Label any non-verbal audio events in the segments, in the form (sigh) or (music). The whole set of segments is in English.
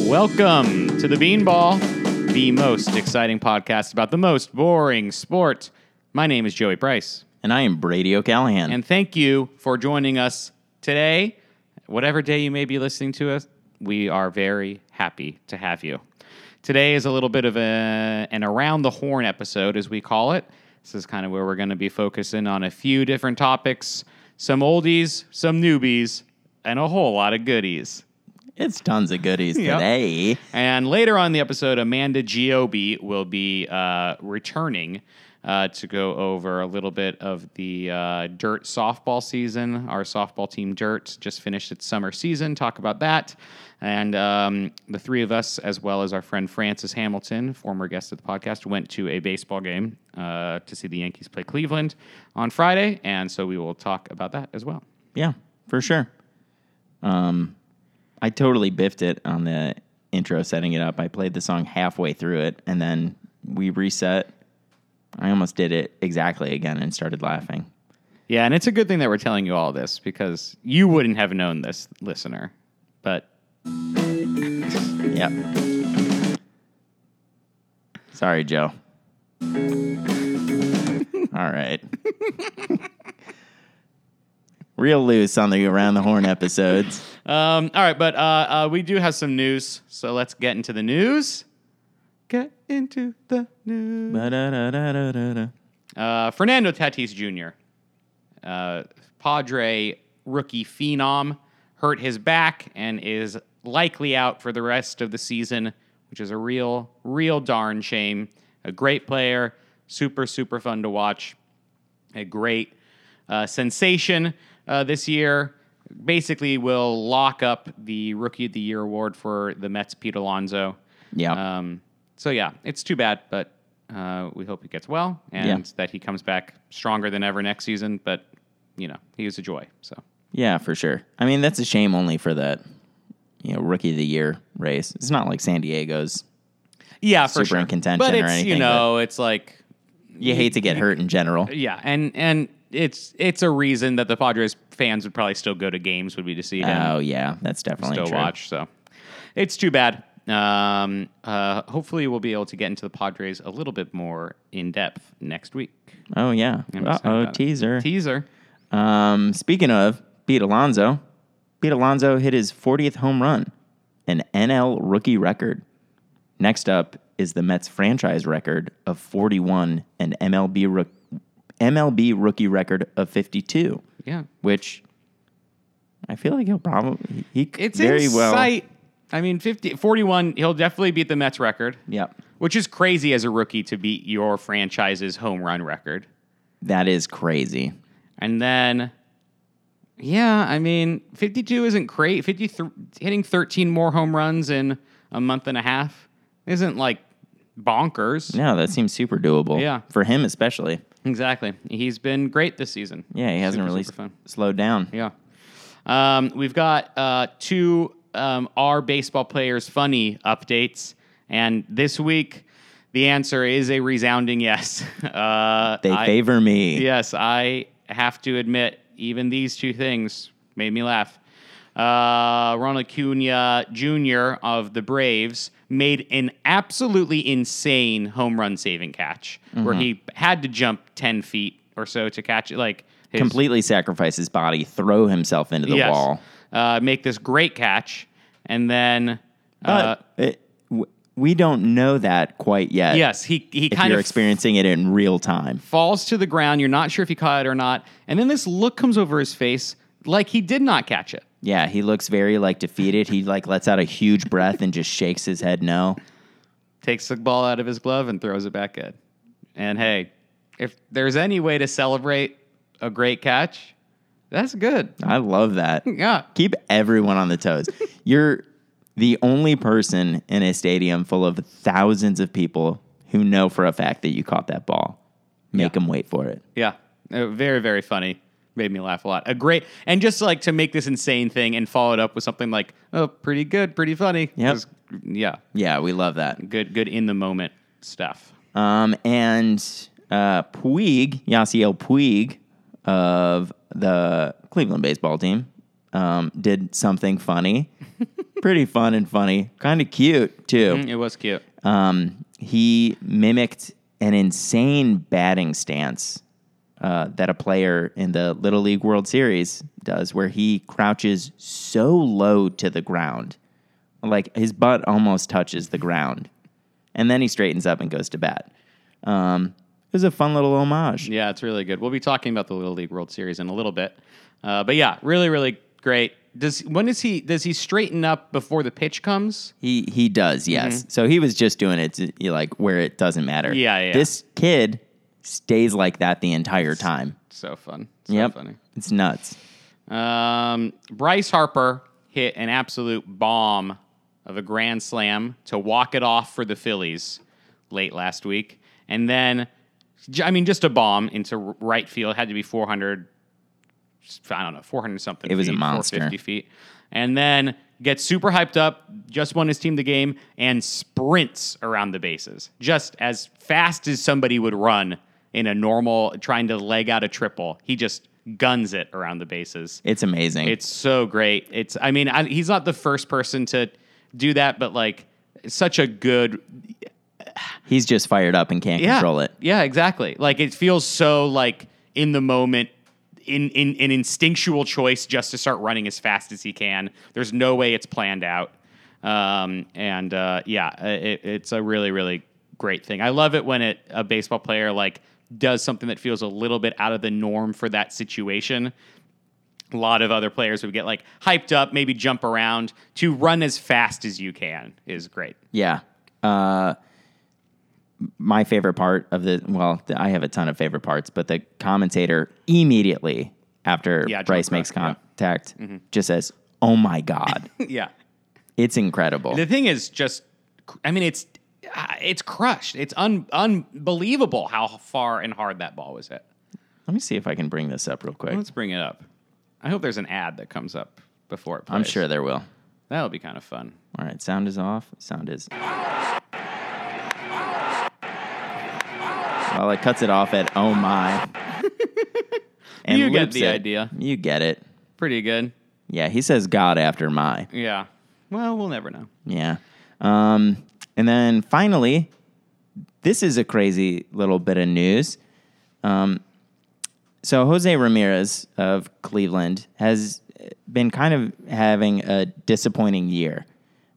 Welcome to the Beanball, the most exciting podcast about the most boring sport. My name is Joey Price, And I am Brady O'Callahan. and thank you for joining us today. Whatever day you may be listening to us, we are very happy to have you. Today is a little bit of a, an around the horn episode, as we call it. This is kind of where we're going to be focusing on a few different topics some oldies, some newbies, and a whole lot of goodies. it's tons of goodies (laughs) Yep. today. And later on in the episode, Amanda Giobi will be uh, returning uh, to go over a little bit of the uh, dirt softball season. Our softball team, Dirt, just finished its summer season. Talk about that. And um, the three of us, as well as our friend Francis Hamilton, former guest of the podcast, went to a baseball game uh, to see the Yankees play Cleveland on Friday. And so we will talk about that as well. Yeah, for sure. Um, I totally biffed it on the intro setting it up. I played the song halfway through it, and then we reset. I almost did it exactly again and started laughing. Yeah, and it's a good thing that we're telling you all this because you wouldn't have known this, listener. But Yep. Sorry, Joe. (laughs) All right. Real loose on the around the horn episodes. um, all right, but uh, uh, we do have some news, so let's get into the news. Get into the news. Ba-da-da-da-da-da-da. Uh, Fernando Tatis Jr., uh, Padre rookie phenom, hurt his back and is likely out for the rest of the season, which is a real, real darn shame. A great player, super, super fun to watch, a great uh, sensation uh, this year. Basically, will lock up the Rookie of the Year award for the Mets, Pete Alonso. Yeah. Um, so yeah, it's too bad, but uh, we hope he gets well and Yeah. that he comes back stronger than ever next season. But you know, he is a joy. So Yeah, for sure. I mean, that's a shame only for that, you know, rookie of the year race. It's not like San Diego's. yeah, for Super sure. in contention but or it's, You anything, know, it's like You hate to get hurt in general. yeah, and and it's it's a reason that the Padres fans would probably still go to games would be to see him. Oh yeah, that's definitely still true. watch. So it's too bad. Um, uh, hopefully, we'll be able to get into the Padres a little bit more in depth next week. Oh yeah. I'm Uh excited oh, about it. teaser. Teaser. um, speaking of Pete Alonso, Pete Alonso hit his 40th home run, an NL rookie record. Next up is the Mets franchise record of 41 and MLB rook MLB rookie record of 52, Yeah, which I feel like he'll probably he could It's very in well. sight. I mean, 50, 41, he'll definitely beat the Mets record, Yep. which is crazy as a rookie to beat your franchise's home run record. That is crazy. And then, yeah, I mean, 52 isn't great. 53, hitting 13 more home runs in a month and a half isn't like bonkers. No, that seems super doable. Yeah. For him especially. Exactly. He's been great this season. Yeah, he hasn't Super, really super fun. slowed down. Yeah. Um, we've got uh, two um, Are Baseball Players Funny updates. And this week, the answer is a resounding yes. (laughs) Uh, They I- favor me. Yes, I have to admit, even these two things made me laugh. Uh, Ronald Cunha Jr. of the Braves made an absolutely insane home run saving catch where he had to jump 10 feet or so to catch it. Like, his, Completely sacrifice his body, throw himself into the Yes. wall. Uh, make this great catch, and then uh, But it, w- we don't know that quite yet. yes, he he If kind you're of experiencing it in real time. falls to the ground. You're not sure if he caught it or not, and then this look comes over his face like he did not catch it. Yeah, he looks very like defeated. He like lets out a huge breath and just shakes his head no. Takes the ball out of his glove and throws it back in. And hey, if there's any way to celebrate a great catch, that's good. I love that. Yeah. Keep everyone on the toes. You're the only person in a stadium full of thousands of people who know for a fact that you caught that ball. Make them wait for it. Yeah. Uh, Very, very funny. Made me laugh a lot. A great, and just like to make this insane thing and follow it up with something like, oh, pretty good, pretty funny. Yep. 'Cause- Yeah. Yeah, we love that. Good, good in the moment stuff. Um, and uh, Puig, Yasiel Puig of the Cleveland baseball team, um, did something (laughs) funny. Pretty fun and funny. Kind of cute, too. Mm, It was cute. Um, he mimicked an insane batting stance uh, that a player in the Little League World Series does, where he crouches so low to the ground, like his butt almost touches the ground, and then he straightens up and goes to bat. Um, it was a fun little homage. Yeah, it's really good. We'll be talking about the Little League World Series in a little bit, uh, but yeah, really, really great. Does when does he does he straighten up before the pitch comes? He he does, Mm-hmm. yes. So he was just doing it to, like where it doesn't matter. Yeah, yeah. This kid stays like that the entire time. So fun. So yep. funny. It's nuts. Um, Bryce Harper hit an absolute bomb of a grand slam to walk it off for the Phillies late last week, and then j- I mean just a bomb into r- right field had to be 400. I don't know, 400 something. It was a feet, monster. 450 feet, and then gets super hyped up. Just won his team the game and sprints around the bases, just as fast as somebody would run in a normal trying to leg out a triple. He just guns it around the bases. It's amazing. It's so great. It's I mean I, he's not the first person to do that, but like such a good He's just fired up and can't yeah, control it. Yeah, exactly. Like it feels so like in the moment. In, in an instinctual choice just to start running as fast as he can. There's no way it's planned out. Um, and uh, yeah, uh, it, it's a really, really great thing. I love it when it, a baseball player like does something that feels a little bit out of the norm for that situation a lot of other players would get like hyped up, maybe jump around. To run as fast as you can is (laughs) great. Yeah. Uh, my favorite part of the well, th- I have a ton of favorite parts, but the commentator immediately after Yeah, John Bryce Crush, makes yeah. Mm-hmm. contact just says, "Oh (laughs) my god, yeah. it's incredible." The thing is just I mean it's uh, it's crushed. It's un- unbelievable how far and hard that ball was hit. Let me see if I can bring this up real quick. Let's bring it up. I hope there's an ad that comes up before it plays. I'm sure there will. that would be kind of fun. All right, sound is off. Sound is. Well, it cuts it off at (laughs) oh my. And You get loops the it. idea. You get it. Pretty good. Yeah, he says God after my. Yeah. Well, we'll never know. Yeah. Um, and then finally, this is a crazy little bit of news. Um, so Jose Ramirez of Cleveland has been kind of having a disappointing year.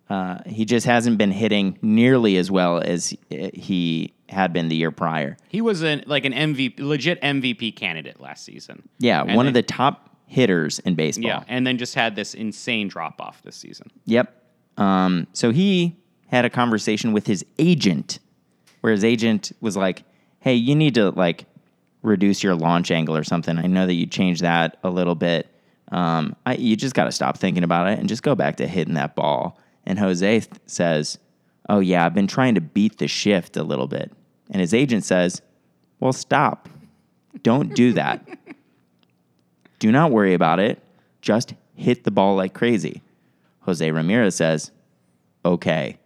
Uh, he just hasn't been hitting nearly as well as uh, he had been the year prior. He was an like an MVP, legit MVP candidate last season. Yeah, And one of then- the top hitters in baseball. yeah, and then just had this insane drop off this season. Yep. Um, so he had a conversation with his agent, where his agent was like, "Hey, you need to like reduce your launch angle or something. I know that you changed that a little bit. Um, I, you just got to stop thinking about it and just go back to hitting that ball." And Jose th- says, "Oh yeah, I've been trying to beat the shift a little bit." And his agent says, "Well, stop. Don't (laughs) do that. do not worry about it. Just hit the ball like crazy." Jose Ramirez says, okay,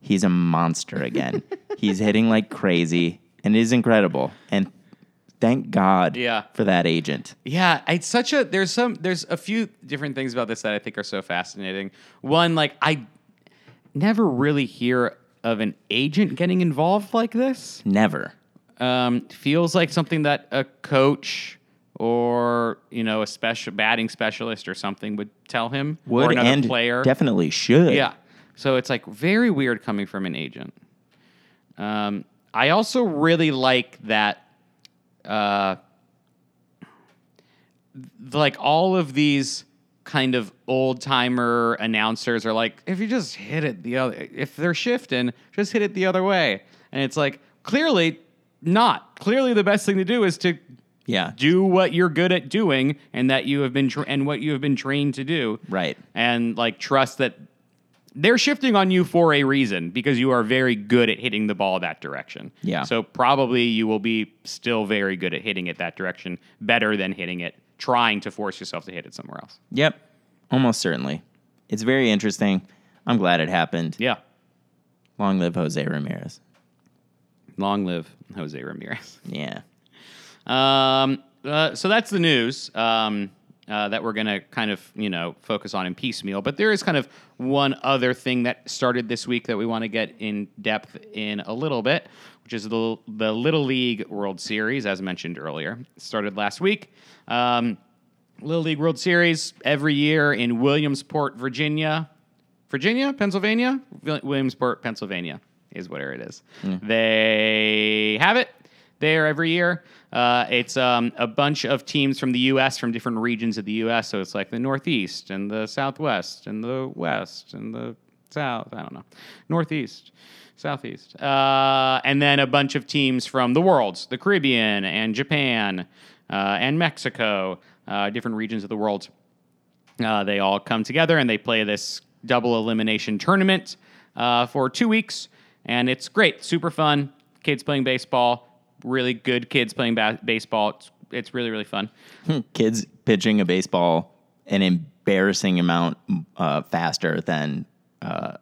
he's a monster (laughs) again. he's hitting like crazy and it is incredible. And thank God Yeah. for that agent. Yeah, it's such a there's some there's a few different things about this that I think are so fascinating. One, like I never really hear of an agent getting involved like this. Never. Um, feels like something that a coach or you know a special batting specialist or something would tell him or Would another and player. definitely should. Yeah. So it's like very weird coming from an agent. Um, I also really like that, uh, th- like all of these kind of old timer announcers are like, if you just hit it the other, if they're shifting, just hit it the other way. And it's like, clearly not. Clearly the best thing to do is to Yeah. do what you're good at doing and that you have been tra- and what you have been trained to do Right. and like trust that they're shifting on you for a reason because you are very good at hitting the ball that direction Yeah. so probably you will be still very good at hitting it that direction better than hitting it trying to force yourself to hit it somewhere else Yep. Almost certainly. It's very interesting. I'm glad it happened. yeah Long live Jose Ramirez. long live jose ramirez Yeah. Um, uh, so that's the news. Um, uh, that we're going to kind of you know focus on in piecemeal. But there is kind of one other thing that started this week that we want to get in depth in a little bit, which is the the Little League World Series, as mentioned earlier, It started last week. Um, Little League World Series every year in Williamsport, Virginia. Virginia, Pennsylvania, Vil- Williamsport, Pennsylvania is where it is. They have it there every year. Uh, it's um, a bunch of teams from the U.S. from different regions of the U.S. So it's like the Northeast and the Southwest and the West and the South. I don't know, Northeast, Southeast, uh, and then a bunch of teams from the worlds, the Caribbean and Japan uh, and Mexico, uh, different regions of the world. Uh, they all come together and they play this double elimination tournament uh, for two weeks, and it's great, super fun. Kids playing baseball, really good kids playing ba- baseball. It's, it's really really fun. Kids pitching a baseball an embarrassing amount uh, faster than uh,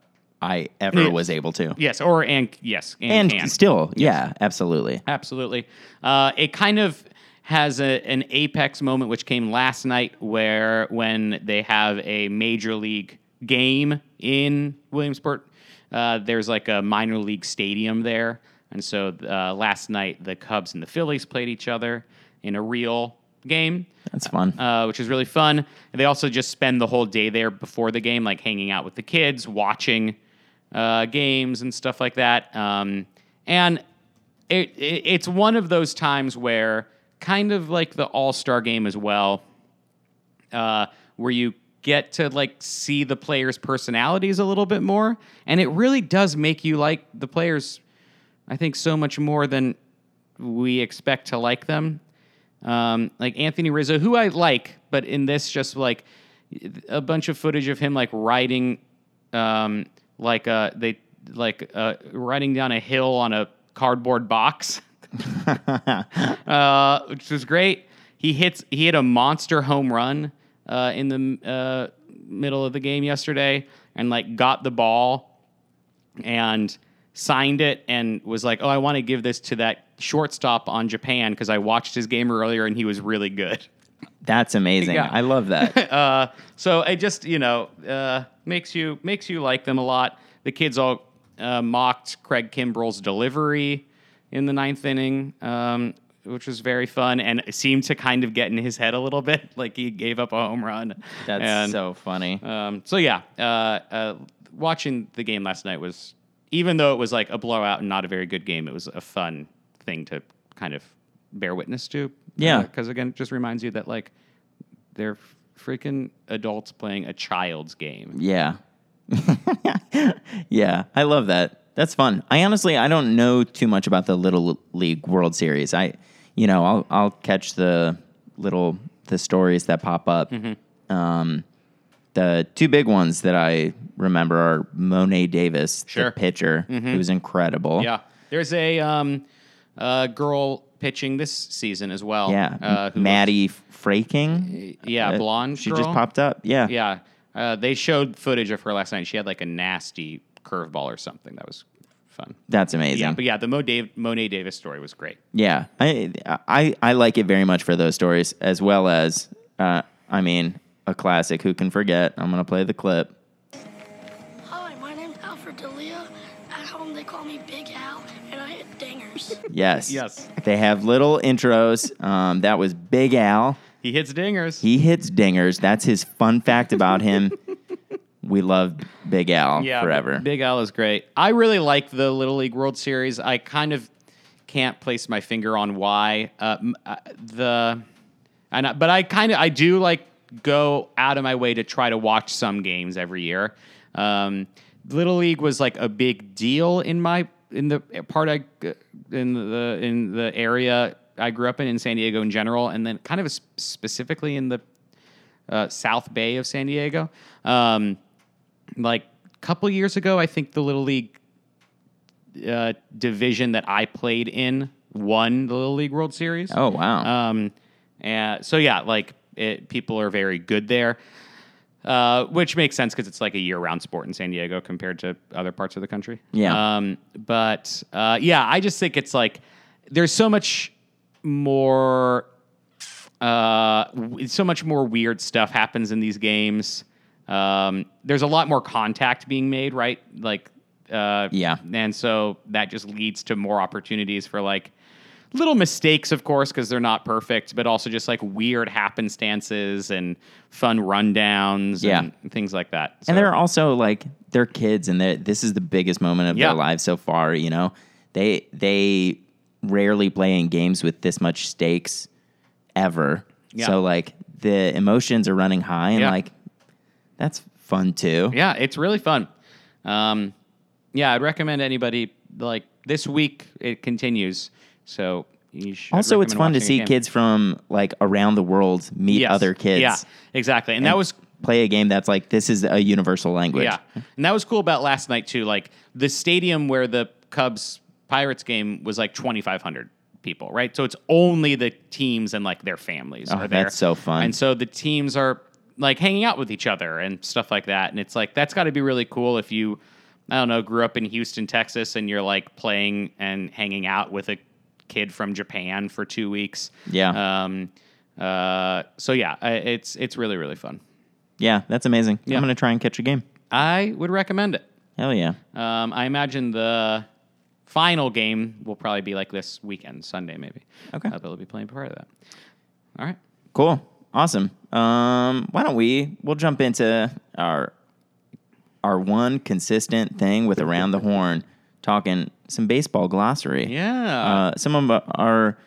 I ever Yeah. was able to. Yes, or and yes, And and, can. still, yeah, absolutely. Absolutely. Uh, it kind of has a, an apex moment, which came last night, where when they have a major league game in Williamsport, uh, there's like a minor league stadium there. And so uh, last night, the Cubs and the Phillies played each other in a real game That's fun. uh, which is really fun. And they also just spend the whole day there before the game, like hanging out with the kids, watching uh, games and stuff like that. Um, and it, it, it's one of those times where, kind of like the All Star game as well, uh, where you get to like see the players' personalities a little bit more, and it really does make you like the players. I think so much more than we expect to like them. Um, like Anthony Rizzo, who I like, but in this, just like a bunch of footage of him like riding, um, like uh, they like uh, riding down a hill on a cardboard box (laughs) uh, which was great. He hits he hit a monster home run uh, in the uh, middle of the game yesterday, and like got the ball and signed it, and was like, "Oh, I want to give this to that shortstop on Japan because I watched his game earlier and he was really good." That's amazing. Yeah. I (laughs) love that. uh, so it just you know uh, makes you makes you like them a lot. The kids all uh, mocked Craig Kimbrell's delivery in the ninth inning, um, which was very fun and it seemed to kind of get in his head a little bit, like he gave up a home run. That's And, so funny. Um, so yeah, uh, uh, watching the game last night was, even though it was like a blowout and not a very good game, it was a fun thing to kind of bear witness to. Yeah. because again, it just reminds you that like they're freaking adults playing a child's game. Yeah. (laughs) yeah, I love that. That's fun. I honestly I don't know too much about the Little League World Series. I you know, I'll I'll catch the little the stories that pop up. Mm-hmm. Um the two big ones that I remember are Monet Davis, Sure. Mm-hmm. the pitcher, who was incredible. Yeah, there's a um, uh, girl pitching this season as well. Yeah. uh, who Maddie Fraking. looks- yeah, uh, blonde. She girl. just popped up. Yeah. Yeah, uh, they showed footage of her last night. She had like a nasty curveball or something. That was fun. That's amazing. Yeah, but yeah, the Mo Dave, Monet Davis story was great. Yeah, I, I I like it very much for those stories, as well as uh, I mean, a classic. Who can forget? I'm gonna play the clip. Hi, my name's Alfred D'Elia. At home, they call me Big Al, and I hit dingers. (laughs) (laughs) Yes, Yes. They have little intros. Um, that was Big Al. He hits dingers. He hits dingers. That's his fun fact about (laughs) him. we love Big Al forever. Big Al is great. I really like the Little League World Series. I kind of can't place my finger on why. Uh, m- uh, the and I, but I kind of I do like go out of my way to try to watch some games every year. Um, Little League was like a big deal in my in the part I g- in the in the area I grew up in in San Diego in general, and then kind of s- specifically in the uh, South Bay of San Diego. Um, like a couple years ago, I think the Little League uh, division that I played in won the Little League World Series. oh wow, Um, and so yeah, like it, people are very good there, uh, which makes sense because it's like a year-round sport in San Diego compared to other parts of the country. Yeah. Um, but uh, yeah, I just think it's like there's so much more Uh, w- so much more weird stuff happens in these games. Um, there's a lot more contact being made, right? Like, uh, Yeah. And so that just leads to more opportunities for like little mistakes, of course, because they're not perfect, but also just like weird happenstances and fun rundowns Yeah. and things like that. So- And they're also like they're kids, and they're, this is the biggest moment of Yeah. their lives so far. You know, they they rarely play in games with this much stakes ever. Yeah. So like the emotions are running high, and Yeah. like that's fun too. yeah, it's really fun. Um, yeah, I'd recommend anybody like this week. It continues, so you should. Also, it's fun recommend to watching see it again. kids from like around the world meet Yes. other kids. Yeah, exactly. And, that was play a game that's like this is a universal language. yeah, and that was cool about last night too. Like the stadium where the Cubs Pirates game was like twenty five hundred people, right? So it's only the teams and like their families Oh, are there. that's so fun. And so the teams are like hanging out with each other and stuff like that. And it's like that's got to be really cool if you, I don't know, grew up in Houston, Texas, and you're like playing and hanging out with a kid from Japan for two weeks. Yeah. Um. Uh. So yeah, I- it's it's really really fun. Yeah, that's amazing. Yeah. I'm gonna try and catch a game. I would recommend it. Hell yeah. Um, I imagine the final game will probably be like this weekend, Sunday maybe. Okay. Uh, but we'll be playing part of that. All right. Cool. Awesome. Um, why don't we we'll jump into our our one consistent thing with around the horn talking some baseball glossary. Yeah. Uh, some of our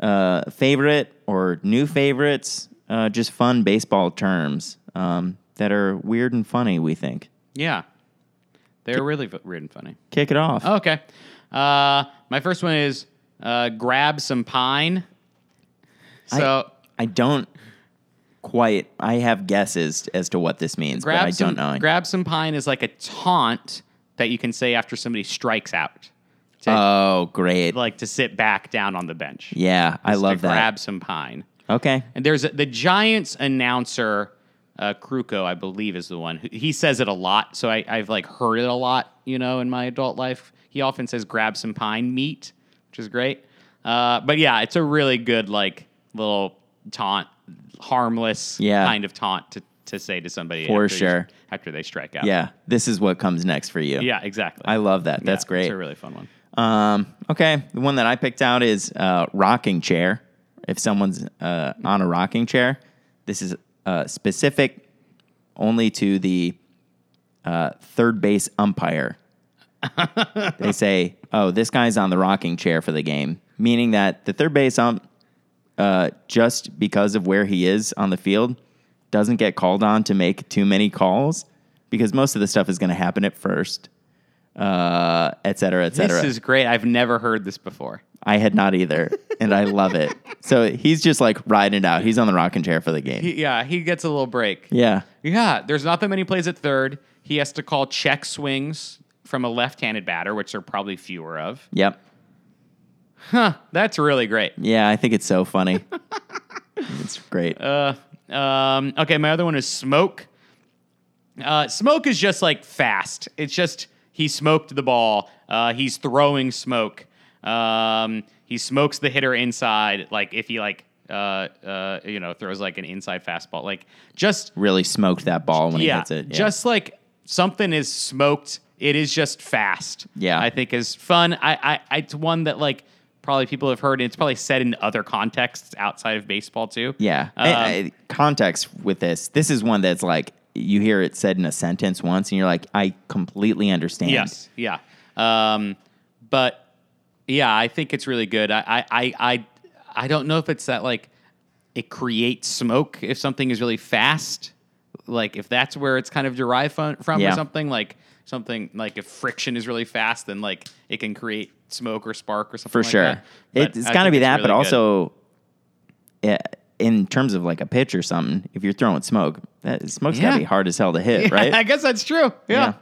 uh, favorite or new favorites, uh, just fun baseball terms um, that are weird and funny. We think. yeah. They're really v- weird and funny. Oh, Kick it off. Okay. Uh, my first one is uh, grab some pine. So I don't quite. I have guesses as to what this means, but grab I some, don't know. grab some pine is like a taunt that you can say after somebody strikes out. To, oh, great! like to sit back down on the bench. yeah, I Is to love that. Grab some pine. Okay, And there's a, the Giants announcer, uh, Kruko, I believe, is the one. who- He says it a lot, so I, I've like heard it a lot, you know, in my adult life. He often says, "Grab some pine meat," which is great. Uh, but yeah, it's a really good like little taunt, harmless Yeah. kind of taunt to, to say to somebody For after they- sure. after they strike out. yeah, this is what comes next for you. yeah, exactly. I love that. Yeah, That's great. It's a really fun one. um, okay, the one that I picked out is uh, rocking chair. If someone's uh, on a rocking chair, this is uh, specific only to the uh, third base (laughs) umpire. they say, "Oh, this guy's on the rocking chair for the game," meaning that the third base ump, uh, just because of where he is on the field, doesn't get called on to make too many calls because most of the stuff is going to happen at first, uh, et cetera, et cetera. This is great. I've never heard this before. I had not either, and I love it. So he's just like riding it out. He's on the rocking chair for the game. He, yeah, he gets a little break. Yeah, Yeah, there's not that many plays at third. He has to call check swings from a left-handed batter, which there are probably fewer of. yep. That's really great. Yeah, I think it's so funny. it's great. Uh, Um, okay, my other one is smoke. Uh, smoke is just like fast. It's just he smoked the ball. Uh, he's throwing smoke. Um, he smokes the hitter inside. Like if he like uh, uh, you know throws like an inside fastball. Like just really smoked that ball when he yeah, hits it. Yeah. just like something is smoked. It is just fast. Yeah. I think is fun. I, I, it's one that like probably people have heard. And it's probably said in other contexts outside of baseball too. yeah. Um, I- I- context with this. This is one that's like you hear it said in a sentence once, and you're like, I completely understand. Yes. Yeah. Um, but yeah, I think it's really good. I, I, I, I, I don't know if it's that like it creates smoke if something is really fast, like if that's where it's kind of derived from, from Yeah. or something like something like if friction is really fast, then like it can create smoke or spark or something for like sure. that. It, But it's I got to think be that, really but good. also, eh, in terms of like a pitch or something, if you're throwing smoke, that smoke's got (laughs) Yeah. to be hard as hell to hit, right? I guess that's true. Yeah.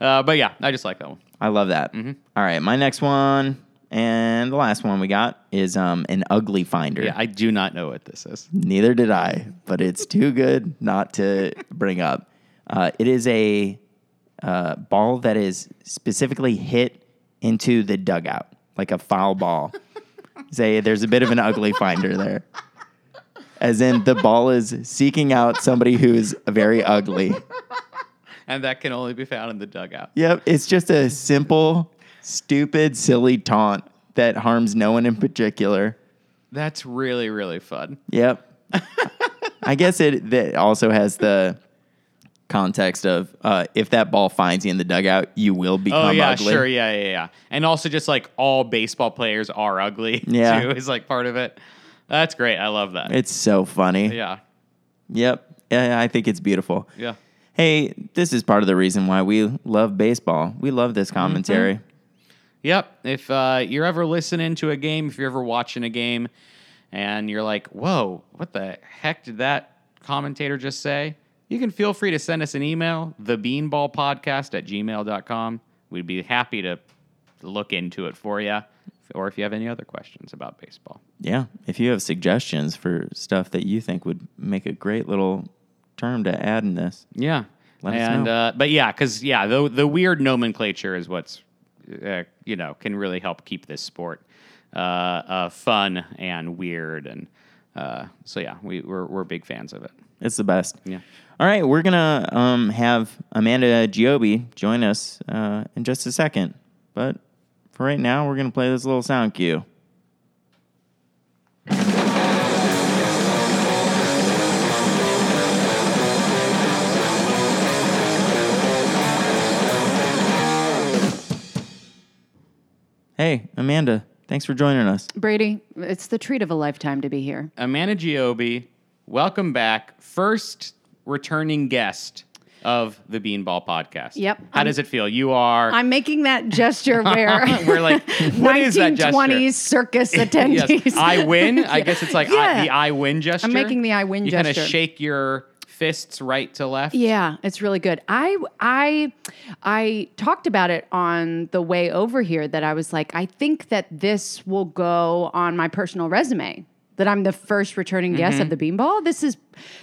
Uh, but yeah, I just like that one. I love that. All right, my next one and the last one we got is um, an ugly finder. Yeah, I do not know what this is. Neither did I, but it's too good not to bring up. Uh, it is a uh, ball that is specifically hit into the (laughs) dugout, like a foul ball. Say there's a bit of an ugly finder there. as in the ball is seeking out somebody who's very ugly. and that can only be found in the dugout. Yep, it's just a simple, stupid, silly taunt that harms no one in particular. That's really, really fun. Yep. (laughs) I guess it that also has the context of uh, if that ball finds you in the dugout, you will become Oh yeah, ugly. sure, yeah, yeah, yeah. And also just like all baseball players are ugly. (laughs) Yeah. too, is like part of it. That's great. I love that. It's so funny. yeah, Yep. Yeah, I think it's beautiful. yeah. Hey, this is part of the reason why we love baseball. We love this Mm-hmm. commentary. Yep. If uh, you're ever listening to a game, if you're ever watching a game, and you're like, "Whoa, what the heck did that commentator just say?" You can feel free to send us an email, thebeanballpodcast at gmail.com. We'd be happy to look into it for you, or if you have any other questions about baseball. Yeah. If you have suggestions for stuff that you think would make a great little term to add in this, Yeah. Let us and know. uh, but yeah, because yeah, the the weird nomenclature is what's uh, you know can really help keep this sport uh, uh, fun and weird and uh, so yeah, we we're, we're big fans of it. it's the best. Yeah. All right. We're going to um, have Amanda Giobi join us uh, in just a second. But for right now, we're going to play this little sound cue. Hey, Amanda, thanks for joining us. Brady, it's the treat of a lifetime to be here. Amanda Giobi, welcome back, first returning guest of the Beanball Podcast. Yep. How I'm- does it feel? You are. I'm making that gesture where we're like, (laughs) (laughs) what is that gesture? 1920s circus (laughs) attendees. Yes. (laughs) I win. I guess it's like I, Yeah. the I win gesture. making the I win you You kind gesture. of shake your fists right to left. Yeah, it's really good. I I I talked about it on the way over here that I was like, I think that this will go on my personal resume. That I'm the first returning guest Mm-hmm. of the Beanball. This is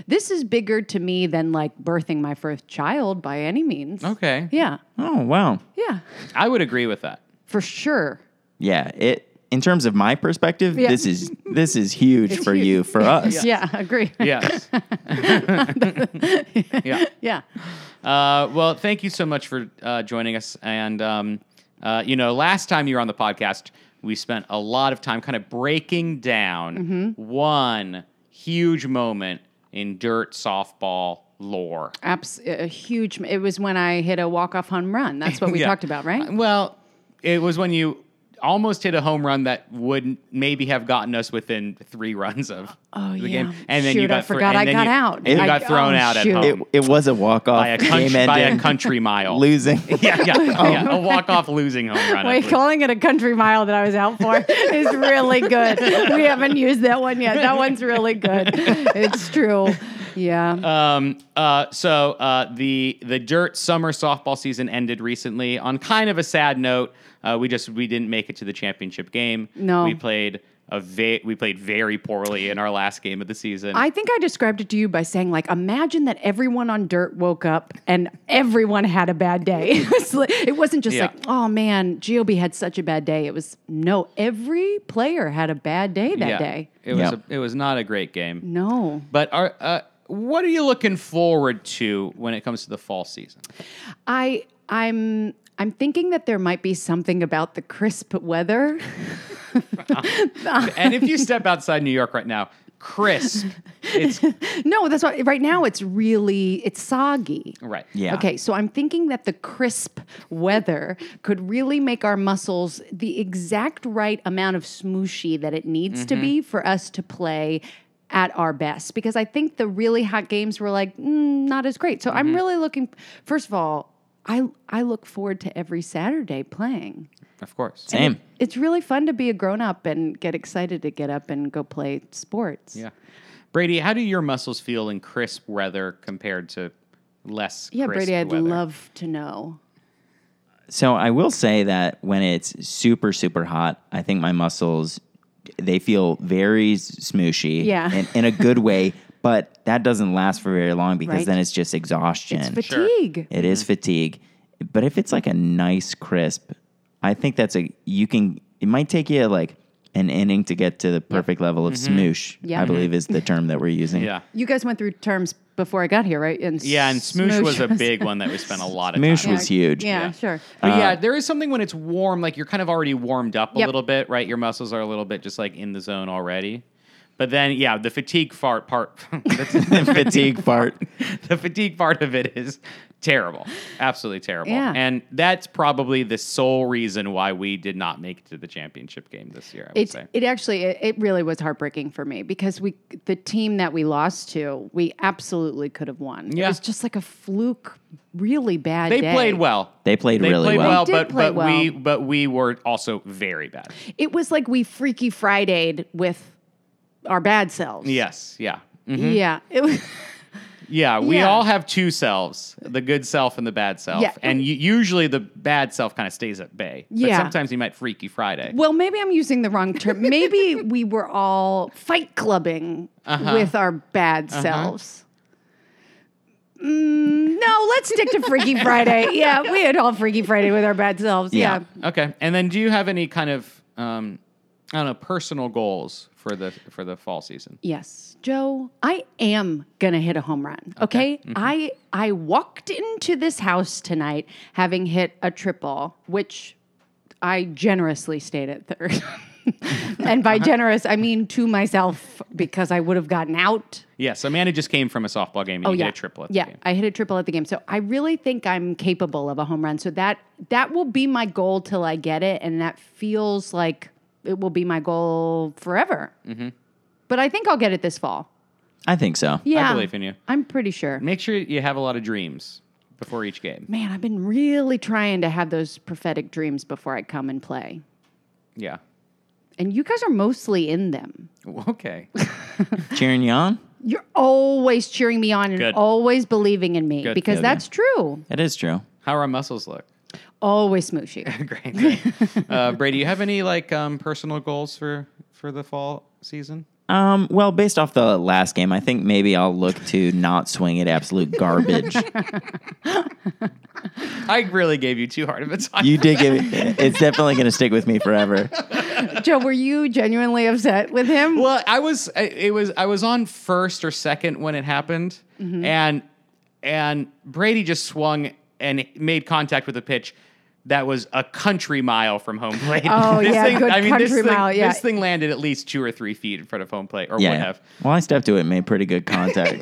this is bigger to me than like birthing my first child by any means. Okay. Yeah. Oh, wow. Yeah. I would agree with (laughs) that. For sure. Yeah, it in terms of my perspective, Yeah. this is this is huge for you, for us. (laughs) Yeah, agree. Yes. yeah. yeah. Uh, well, thank you so much for uh, joining us. And, um, uh, you know, last time you were on the podcast, we spent a lot of time kind of breaking down Mm-hmm. one huge moment in dirt softball lore. Abs- a huge. It was when I hit a walk off home run. That's what (laughs) we Yeah. talked about, right? Uh, Well, it was when you almost hit a home run that would maybe have gotten us within three runs of Oh, the yeah. game, and then you Shoot, I got thro- forgot and I then got you- out. and you I- got thrown oh, out at shoot. home It, it was a walk off Um, by a country, game by a ending, Oh. country (laughs) mile. (laughs) losing. yeah, yeah, yeah, a walk off losing home run. I Wait, believe. calling it a country mile that I was (laughs) out for is really good. We haven't used that one yet. That one's (laughs) really good. It's true. Yeah. Um, uh, so uh, the the dirt summer softball season ended recently on kind of a sad note. Uh, we just we didn't make it to the championship game. No. we played a ve- we played very poorly in our last game of the season. I think I described it to you by saying, like, imagine that everyone on dirt woke up and everyone had a bad day. (laughs) It was like- it wasn't just Yeah. like, oh man, Giobe had such a bad day. It was no, every player had a bad day that Yeah. day. It was Yep. a, it was not a great game. No. But are uh, what are you looking forward to when it comes to the fall season? I I'm I'm thinking that there might be something about the crisp weather. And if (laughs) you step outside New York right now, crisp. (laughs) It's No, that's why right now it's really it's soggy. right. Yeah. Okay, so I'm thinking that the crisp weather could really make our muscles the exact right amount of smooshy that it needs to be for us to play at our best. Because I think the really hot games were like mm, not as great. So I'm really looking. First of all, I I look forward to every Saturday playing. Of course. Same. It's really fun to be a grown up and get excited to get up and go play sports. Yeah. Brady, how do your muscles feel in crisp weather compared to less Yeah, crisp Brady, I'd weather? love to know. So I will say that when it's super super hot, I think my muscles they feel very s- smooshy. Yeah. in, in a good (laughs) way, but that doesn't last for very long because Right. then it's just exhaustion. It's Sure. fatigue. It is fatigue. But if it's like a nice crisp, I think that's a you can it might take you like and inning to get to the perfect level of smoosh, Yeah. I believe is the term that we're using. Mm-hmm. Yeah. You guys went through terms before I got here, right? And Yeah, and smoosh, was a big one that we spent a lot of time. Smoosh on. was huge. (laughs) Yeah, sure. But yeah, there is something when it's warm, like you're kind of already warmed up a Uh, Yep. little bit, right? Your muscles are a little bit just like in the zone already. But then, yeah, the fatigue fart part, (laughs) (laughs) The fatigue (laughs) part. the fatigue part of it is terrible, absolutely terrible. Yeah. And that's probably the sole reason why we did not make it to the championship game this year. I would It, say. it actually it, it really was heartbreaking for me because we the team that we lost to we absolutely could have won. Yeah. It was just like a fluke, really bad. they day. played well. They played really played well. well, They did but play but we well. but we were also very bad. It was like we Freaky Fridayed with our bad selves. Yes, yeah. Mm. Yeah. It was. Yeah, we Yeah. all have two selves, the good self and the bad self. Yeah. And y- usually the bad self kind of stays at bay. But Yeah. sometimes he might freaky Friday. Well, maybe I'm using the wrong term. Maybe we were all fight clubbing with our bad selves. Mm, no, let's stick to Freaky Friday. Yeah, we had all Freaky Friday with our bad selves. Yeah. Yeah. Okay. And then do you have any kind of um I don't know, personal goals for the for the fall season? Yes, Joe, I am gonna hit a home run. Okay, I I walked into this house tonight having hit a triple, which I generously stayed at third. (laughs) and by generous, I mean to myself because I would have gotten out Yeah, so Amanda just came from a softball game and you hit a triple at the Oh, yeah, game. I hit a triple at the game. So I really think I'm capable of a home run. So that that will be my goal till I get it, and that feels like it will be my goal forever. Mm-hmm. But I think I'll get it this fall. I think so. Yeah, believe in you. I'm pretty sure. Make sure you have a lot of dreams before each game. Man, I've been really trying to have those prophetic dreams before I come and play, Yeah. and you guys are mostly in them. (laughs) Okay. Cheering you on? You're always cheering me on and Good. always believing in me Good. because Good, yeah. that's true. That is true. How are our muscles look? (laughs) Always smooshy. Great. (laughs) great. uh, Brady, you have any like um, personal goals for for the fall season? Um, well, based off the last game, I think maybe I'll look to not swing at absolute garbage. I really gave you too hard of a time. you did give it. It's definitely going to stick with me forever. Joe, were you genuinely upset with him? well, I was I- it was I was on first or second when it happened, Mm-hmm. and and Brady just swung and made contact with a pitch that was a country mile from (laughs) home plate. Oh, yeah, good this country thing- mile, yeah. this thing landed at least two or three feet in front of home plate, or would Yeah. have. Well, I stepped to it and made pretty good contact.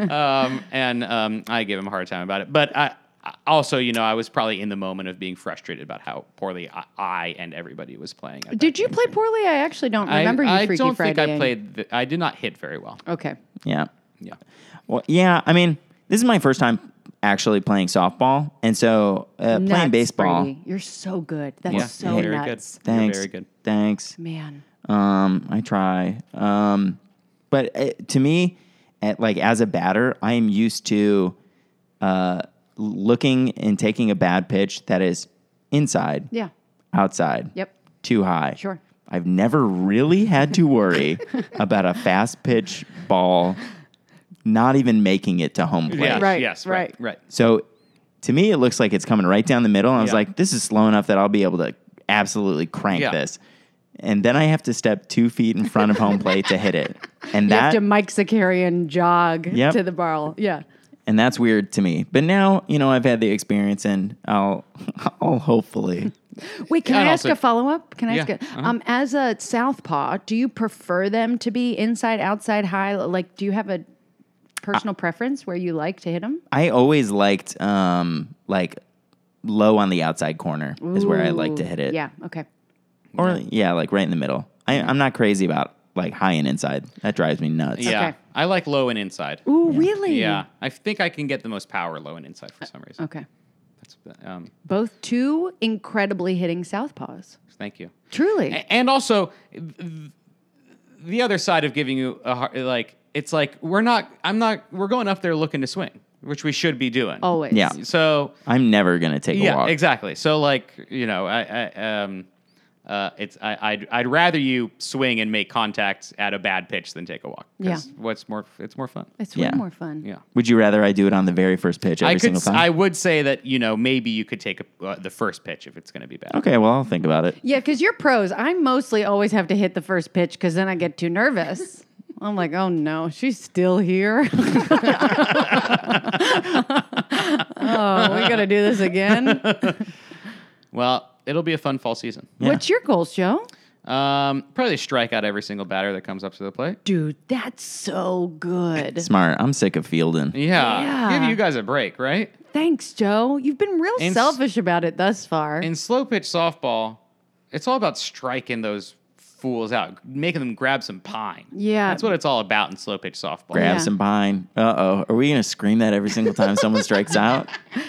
um, and um, I gave him a hard time about it. But I, I- also, you know, I was probably in the moment of being frustrated about how poorly I, I and everybody was playing. at Did that you game. play poorly? I actually don't remember I, you Freaky I don't Friday. think I played. The, I did not hit very well. Okay. yeah. Yeah. Well, yeah. I mean, this is my first time actually playing softball, and so uh, playing Nuts, baseball. Brady. You're so good. That's Yeah, so very nuts. good. You're Thanks. very good. Thanks. Man. Um, I try. Um, but uh to me, at, like as a batter, I am used to uh, looking and taking a bad pitch that is inside, Yeah. outside, Yep. too high. Sure. I've never really had to worry (laughs) about a fast pitch ball not even making it to home plate. Yeah, Right, Yes. Right. Right. right. So to me, it looks like it's coming right down the middle. And I was Yeah. like, this is slow enough that I'll be able to absolutely crank Yeah. this. And then I have to step two feet in front of home plate to hit it. And You that have to Mike Zakarian jog Yep. to the barrel. Yeah. and that's weird to me. But now, you know, I've had the experience and I'll (laughs) I'll hopefully. Wait, can And I ask also- a follow up? Can I ask Yeah, uh-huh. a, um as a southpaw, do you prefer them to be inside, outside, high? Like do you have a personal preference where you like to hit them? I always liked um like low on the outside corner is where I like to hit it. Yeah, okay. Or yeah, like right in the middle. I, I'm not crazy about like high and inside. That drives me nuts. Yeah. Okay. I like low and inside. Ooh, really? Yeah. I think I can get the most power low and inside for some reason. Okay. That's, um, Both two incredibly hitting southpaws. thank you. Truly. A- and also th- the other side of giving you a hard, like it's like we're not i'm not we're going up there looking to swing which we should be doing Always. Yeah. so I'm never gonna take a yeah walk. exactly so like you know i, I um Uh, it's I, I'd I'd rather you swing and make contacts at a bad pitch than take a walk. 'cause Yeah. what's more it's more fun. It's way Yeah. more fun. Yeah. Would you rather I do it on the very first pitch every I could single s- time? I would say that you know maybe you could take a, uh, the first pitch if it's going to be bad. okay, well I'll think about it. Yeah, because you're pros. I mostly always have to hit the first pitch because then I get too (laughs) nervous. I'm like, oh no, she's still here. (laughs) oh, we gotta do this again. Well, it'll be a fun fall season. What's your goal, Joe? Um, probably strike out every single batter that comes up to the plate. Dude, that's so good. Smart. I'm sick of fielding. Yeah, Yeah. give you guys a break, right? Thanks, Joe. You've been real In s- selfish about it thus far. In slow pitch softball, it's all about striking those fools out, making them grab some pine. Yeah. that's what it's all about in slow pitch softball. Grab Yeah. some pine. Uh oh. Are we gonna scream that every single time someone strikes out?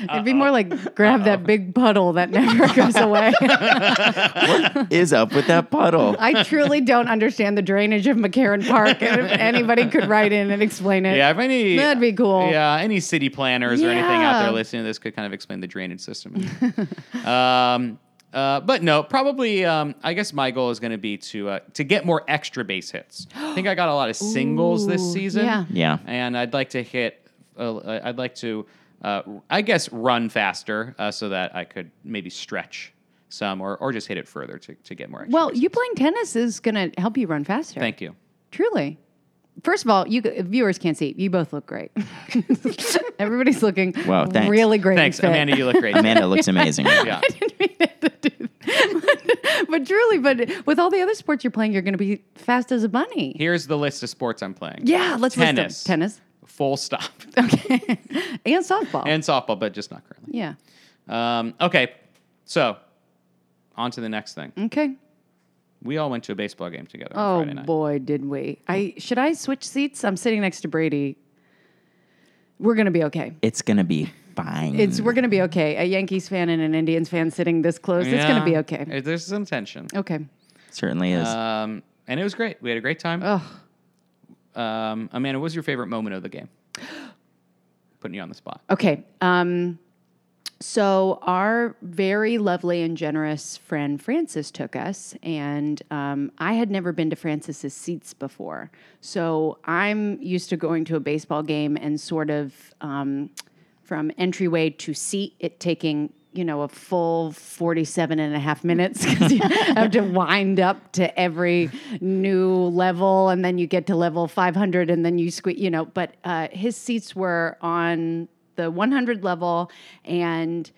It'd be more like grab that big puddle that (laughs) never goes away. Is up with (laughs) that puddle. I truly don't understand the drainage of McCarran Park. (laughs) And if anybody could write in and explain it. Yeah, if any That'd be cool. Yeah, any city planners or anything out Yeah. there listening to this could kind of explain the drainage system. um, uh, but no, probably. Um, I guess my goal is going to be to uh, to get more extra base hits. I think I got a lot of singles this Ooh, season. yeah. Yeah. and I'd like to hit. Uh, uh, I'd like to, uh, I guess, run faster uh, so that I could maybe stretch some or or just hit it further to, to get more. Extra Well, base you hits. playing tennis is going to help you run faster. Thank you. Truly. First of all, you g- viewers can't see. You both look great. (laughs) Everybody's looking Wow, thanks. really great. and Thanks, fit. (laughs) Amanda. You look great. Amanda looks amazing. Yeah. but truly, but with all the other sports you're playing, you're going to be fast as a bunny. Here's the list of sports I'm playing. yeah, let's list them. Tennis. Tennis. (laughs) Full stop. Okay. and softball. and softball, but just not currently. yeah. Um, okay, so on to the next thing. Okay. We all went to a baseball game together on Oh Friday night. boy, did we! I should I switch seats? I'm sitting next to Brady. We're gonna be okay. It's gonna be fine. It's we're gonna be okay. A Yankees fan and an Indians fan sitting this close. It's gonna be Yeah. okay. Uh, There's some tension. Okay. certainly is. Um, and it was great. We had a great time. Ugh. Um, Amanda, what was your favorite moment of the game? Putting you on the spot. Okay. Um, so our very lovely and generous friend Francis took us, and um, I had never been to Francis's seats before. So I'm used to going to a baseball game and sort of um, from entryway to seat, it taking you know a full 47 and a half minutes (laughs) because you have to wind up to every new level and then you get to level 500 and then you squeeze you know but uh, his seats were on the 100 level and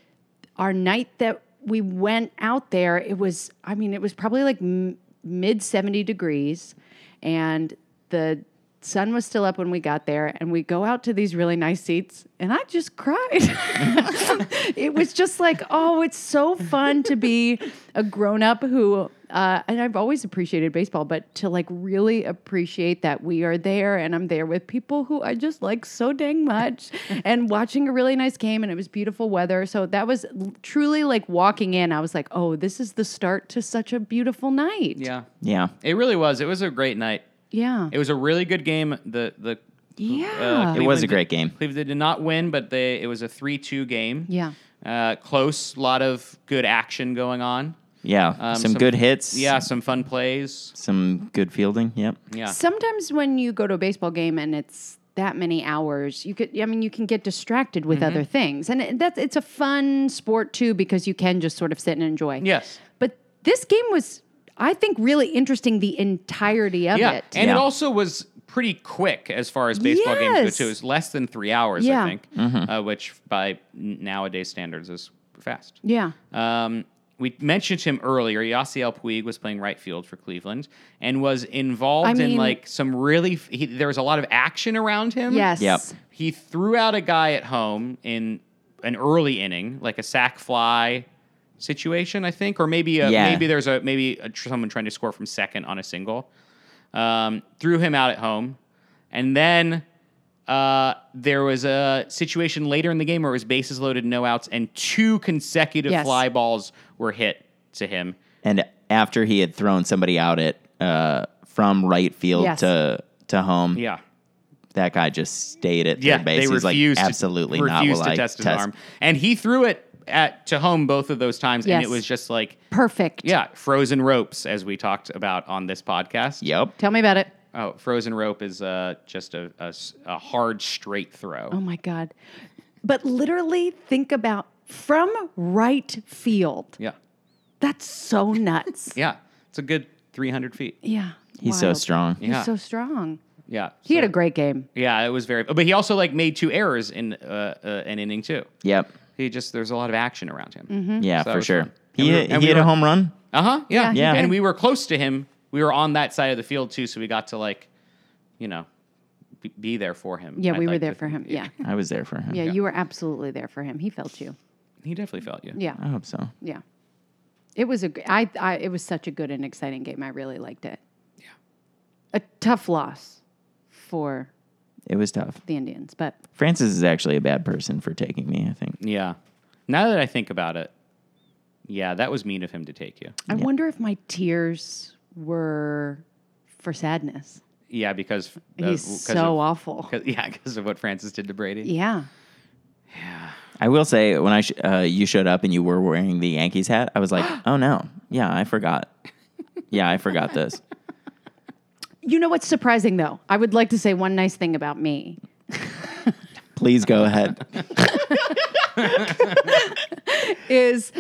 our night that we went out there, it was, I mean, it was probably like m- mid 70 degrees, and the sun was still up when we got there. And we go out to these really nice seats, and I just cried. (laughs) it was just like, oh, it's so fun to be a grown up who, uh, and I've always appreciated baseball, but to like really appreciate that we are there and I'm there with people who I just like so dang much and watching a really nice game and it was beautiful weather. So that was l- truly like walking in, I was like, oh, this is the start to such a beautiful night. Yeah, yeah. it really was. It was a great night. Yeah. It was uh, a really good game. The the yeah. It was a Cleveland- great game. Cleveland did not win, but they it was a three two game. Yeah. uh, close. A lot of good action going on. Yeah. Um, some, good hits. Yeah, some fun plays. Some good fielding. Yep. Yeah. Sometimes when you go to a baseball game and it's that many hours, you could I mean you can get distracted with Mm-hmm. other things. And it, that's it's a fun sport too because you can just sort of sit and enjoy. yes. But this game was I think really interesting the entirety of Yeah. it. And it Yeah. also was pretty quick as far as baseball games Yes. go, too. It was less than three hours, Yeah. I think, uh, which by nowadays standards is fast. yeah. Um, we mentioned him earlier. Yasiel Puig was playing right field for Cleveland and was involved I in mean- like some really. f- He, there was a lot of action around him. Yes. Yep. He threw out a guy at home in an early inning, like a sac fly situation, I think, or maybe a, Yeah. maybe there's a maybe a, tr- someone trying to score from second on a single. Um, threw him out at home, and then uh, there was a situation later in the game where it was bases loaded, no outs, and two consecutive Yes. fly balls were hit to him. And after he had thrown somebody out at uh, from right field Yes. to to home, Yeah. that guy just stayed at Yeah, third base. they He's refused. like, to- absolutely not refused will to I test his arm, and he threw it at to home both of those times, and Yes. it was just like Perfect. yeah, frozen ropes as we talked about on this podcast. Yep. Tell me about it. Oh, frozen rope is uh, just a, a s- a hard straight throw. Oh my God. But literally think about from right field. Yeah, That's (laughs) so nuts. yeah, it's a good three hundred feet. Yeah. He's so wild. strong. He's Yeah. so strong. Yeah, He had so- a great game. Yeah, it was very. But he also like made two errors in uh, uh, an inning too. Yep. He just there's a lot of action around him. Yeah, So that for was sure. fun. He, And we- hit- and he we hit were- a home run. Uh huh. Yeah. Mm-hmm. Yeah, he Yeah. did. And we were close to him. We were on that side of the field too, so we got to like, you know, be, be there for him. Yeah, I'd we were like there to for him. think. (laughs) Yeah. I was there for him. yeah. You were absolutely there for him. He felt you. He definitely felt you. Yeah. I hope so. Yeah. It was a gr- I, I it was such a good and exciting game. I really liked it. Yeah. A tough loss for It was tough. the Indians, but Francis is actually a bad person for taking me, I think. Yeah. Now that I think about it, yeah, that was mean of him to take you. I wonder if my tears were for sadness. Yeah, because uh, He's 'cause so of- awful. 'cause- yeah, because (laughs) of what Francis did to Brady. Yeah. I will say when I sh- uh, you showed up and you were wearing the Yankees hat, I was (gasps) like, "Oh no. Yeah, I forgot. Yeah, I forgot this." You know what's surprising though? I would like to say one nice thing about me. Please go ahead. is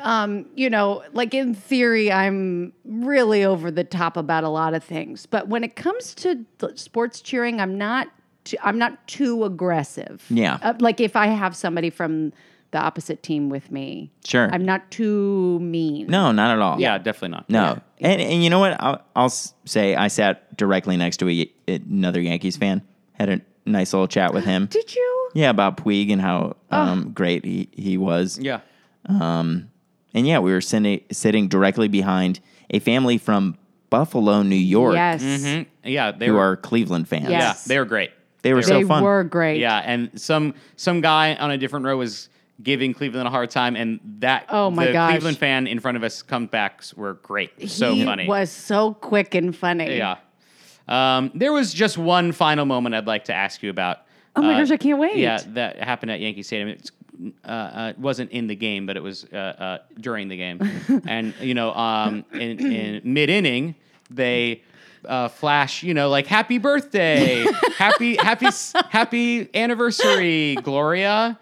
um, you know like in theory i'm really over the top about a lot of things but when it comes to th- sports cheering i'm not too, i'm not too aggressive Yeah. Uh, like if i have somebody from the opposite team with me Sure. i'm not too mean No, not at all. Yeah, definitely not. No. And and you know what? I'll, I'll s- say I sat directly next to a, another Yankees fan. Had a nice little chat with him. (gasps) did you Yeah, about Puig and how Ah. um, great he, he was. Yeah. And yeah, we were sitting sitting directly behind a family from Buffalo, New York, yes Mm, Yeah, they who were. are Cleveland fans. Yeah. Yeah, Yes. they were great. They were so they fun. were great Yeah, and some some guy on a different row was giving Cleveland a hard time, and that Oh my the gosh. Cleveland fan in front of us comebacks were great. So he funny. was so quick and funny Yeah. Um, there was just one final moment I'd like to ask you about. Uh, Oh my gosh, I can't wait. Yeah, that happened at Yankee Stadium. It's, uh, uh, it wasn't in the game, but it was uh, uh, during the game. and, you know, um, in, in mid inning, they. Uh, flash, you know, like happy birthday, happy, happy, s- happy anniversary, Gloria.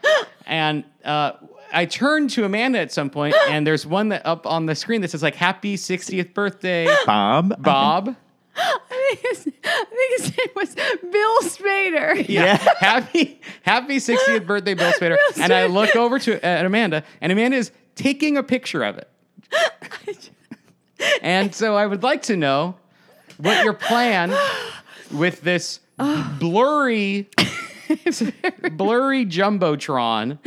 And uh, I turned to Amanda at some point, and there's one that up on the screen that says like happy 60th birthday, Bob. Bob. (gasps) I think, his, I think his name was Bill Spader. Yeah. happy happy (laughs) 60th birthday, Bill Spader. Bill and I Spader. look over to uh, at Amanda, and Amanda is taking a picture of it. (laughs) and so I would like to know what your plan with this (laughs) blurry blurry jumbotron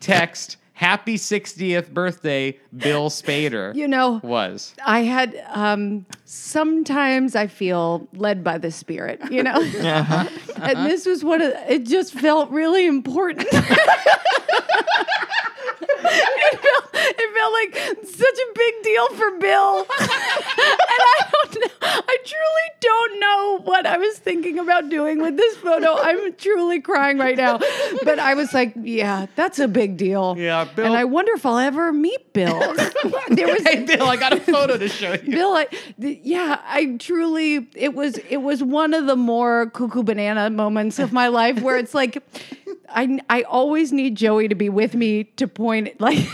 text happy 60th birthday bill spader You know, was I had um, sometimes I feel led by the spirit, you know. (laughs) and this was one of it just felt really important. (laughs) it, felt, it felt like such a big deal for Bill. (laughs) and I don't know. I truly don't know what I was thinking about doing with this photo. I'm truly crying right now. But I was like, yeah, that's a big deal. Yeah, Bill- And I wonder if I'll ever meet Bill. (laughs) there was hey (laughs) bill i got a photo to show you (laughs) Bill, I, th- yeah, I truly, it was, it was one of the more cuckoo banana moments of my life where it's like, I, I always need Joey to be with me to point, (laughs) like,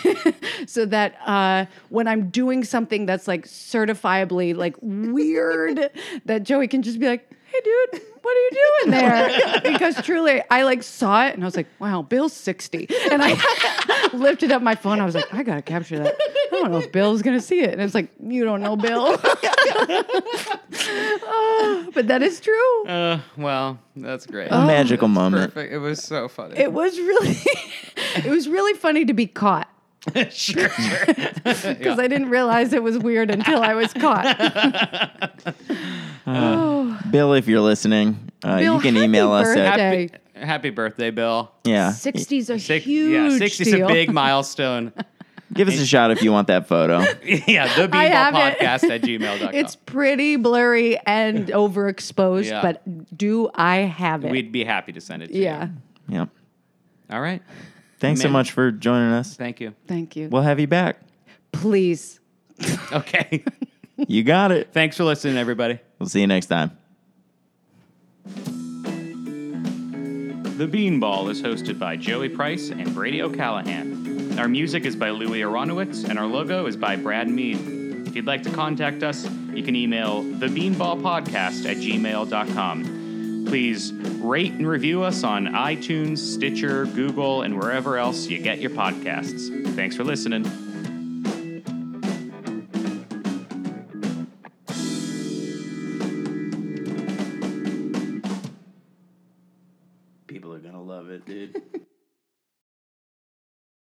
so that uh, when I'm doing something that's like certifiably like weird, that Joey can just be like, hey, dude. What are you doing there? (laughs) Because truly, I like saw it and I was like, wow, Bill's 60. And I (laughs) lifted up my phone. I was like, I gotta capture that. I don't know if Bill's gonna see it. And it's like, you don't know Bill. Oh, but that is true. uh, well that's great Oh. A magical moment. perfect Uh, it was so funny (laughs) It was really it was really funny to be caught. sure. sure. Because I didn't realize it was weird until I was caught. Bill, if you're listening, uh, Bill, you can happy email us at birthday. Happy, happy birthday, Bill. yeah. Sixties are Six, huge. yeah, 60's deal. a big (laughs) milestone. Give us a shot if you want that (laughs) photo. yeah, the I have it. podcast at (laughs) gmail.com. It's pretty blurry and overexposed, Yeah. but do I have it? We'd be happy to send it to yeah. you. Yep. All right. Thanks so Man. much for joining us. Thank you. Thank you. We'll have you back. Please. Okay. (laughs) You got (laughs) it. Thanks for listening, everybody. We'll see you next time. The Beanball is hosted by Joey Price and Brady O'Callahan. Our music is by Louis Aronowitz, and our logo is by Brad Mead. If you'd like to contact us, you can email thebeanballpodcast at gmail.com. Please rate and review us on iTunes, Stitcher, Google, and wherever else you get your podcasts. Thanks for listening. People are going to love it, dude.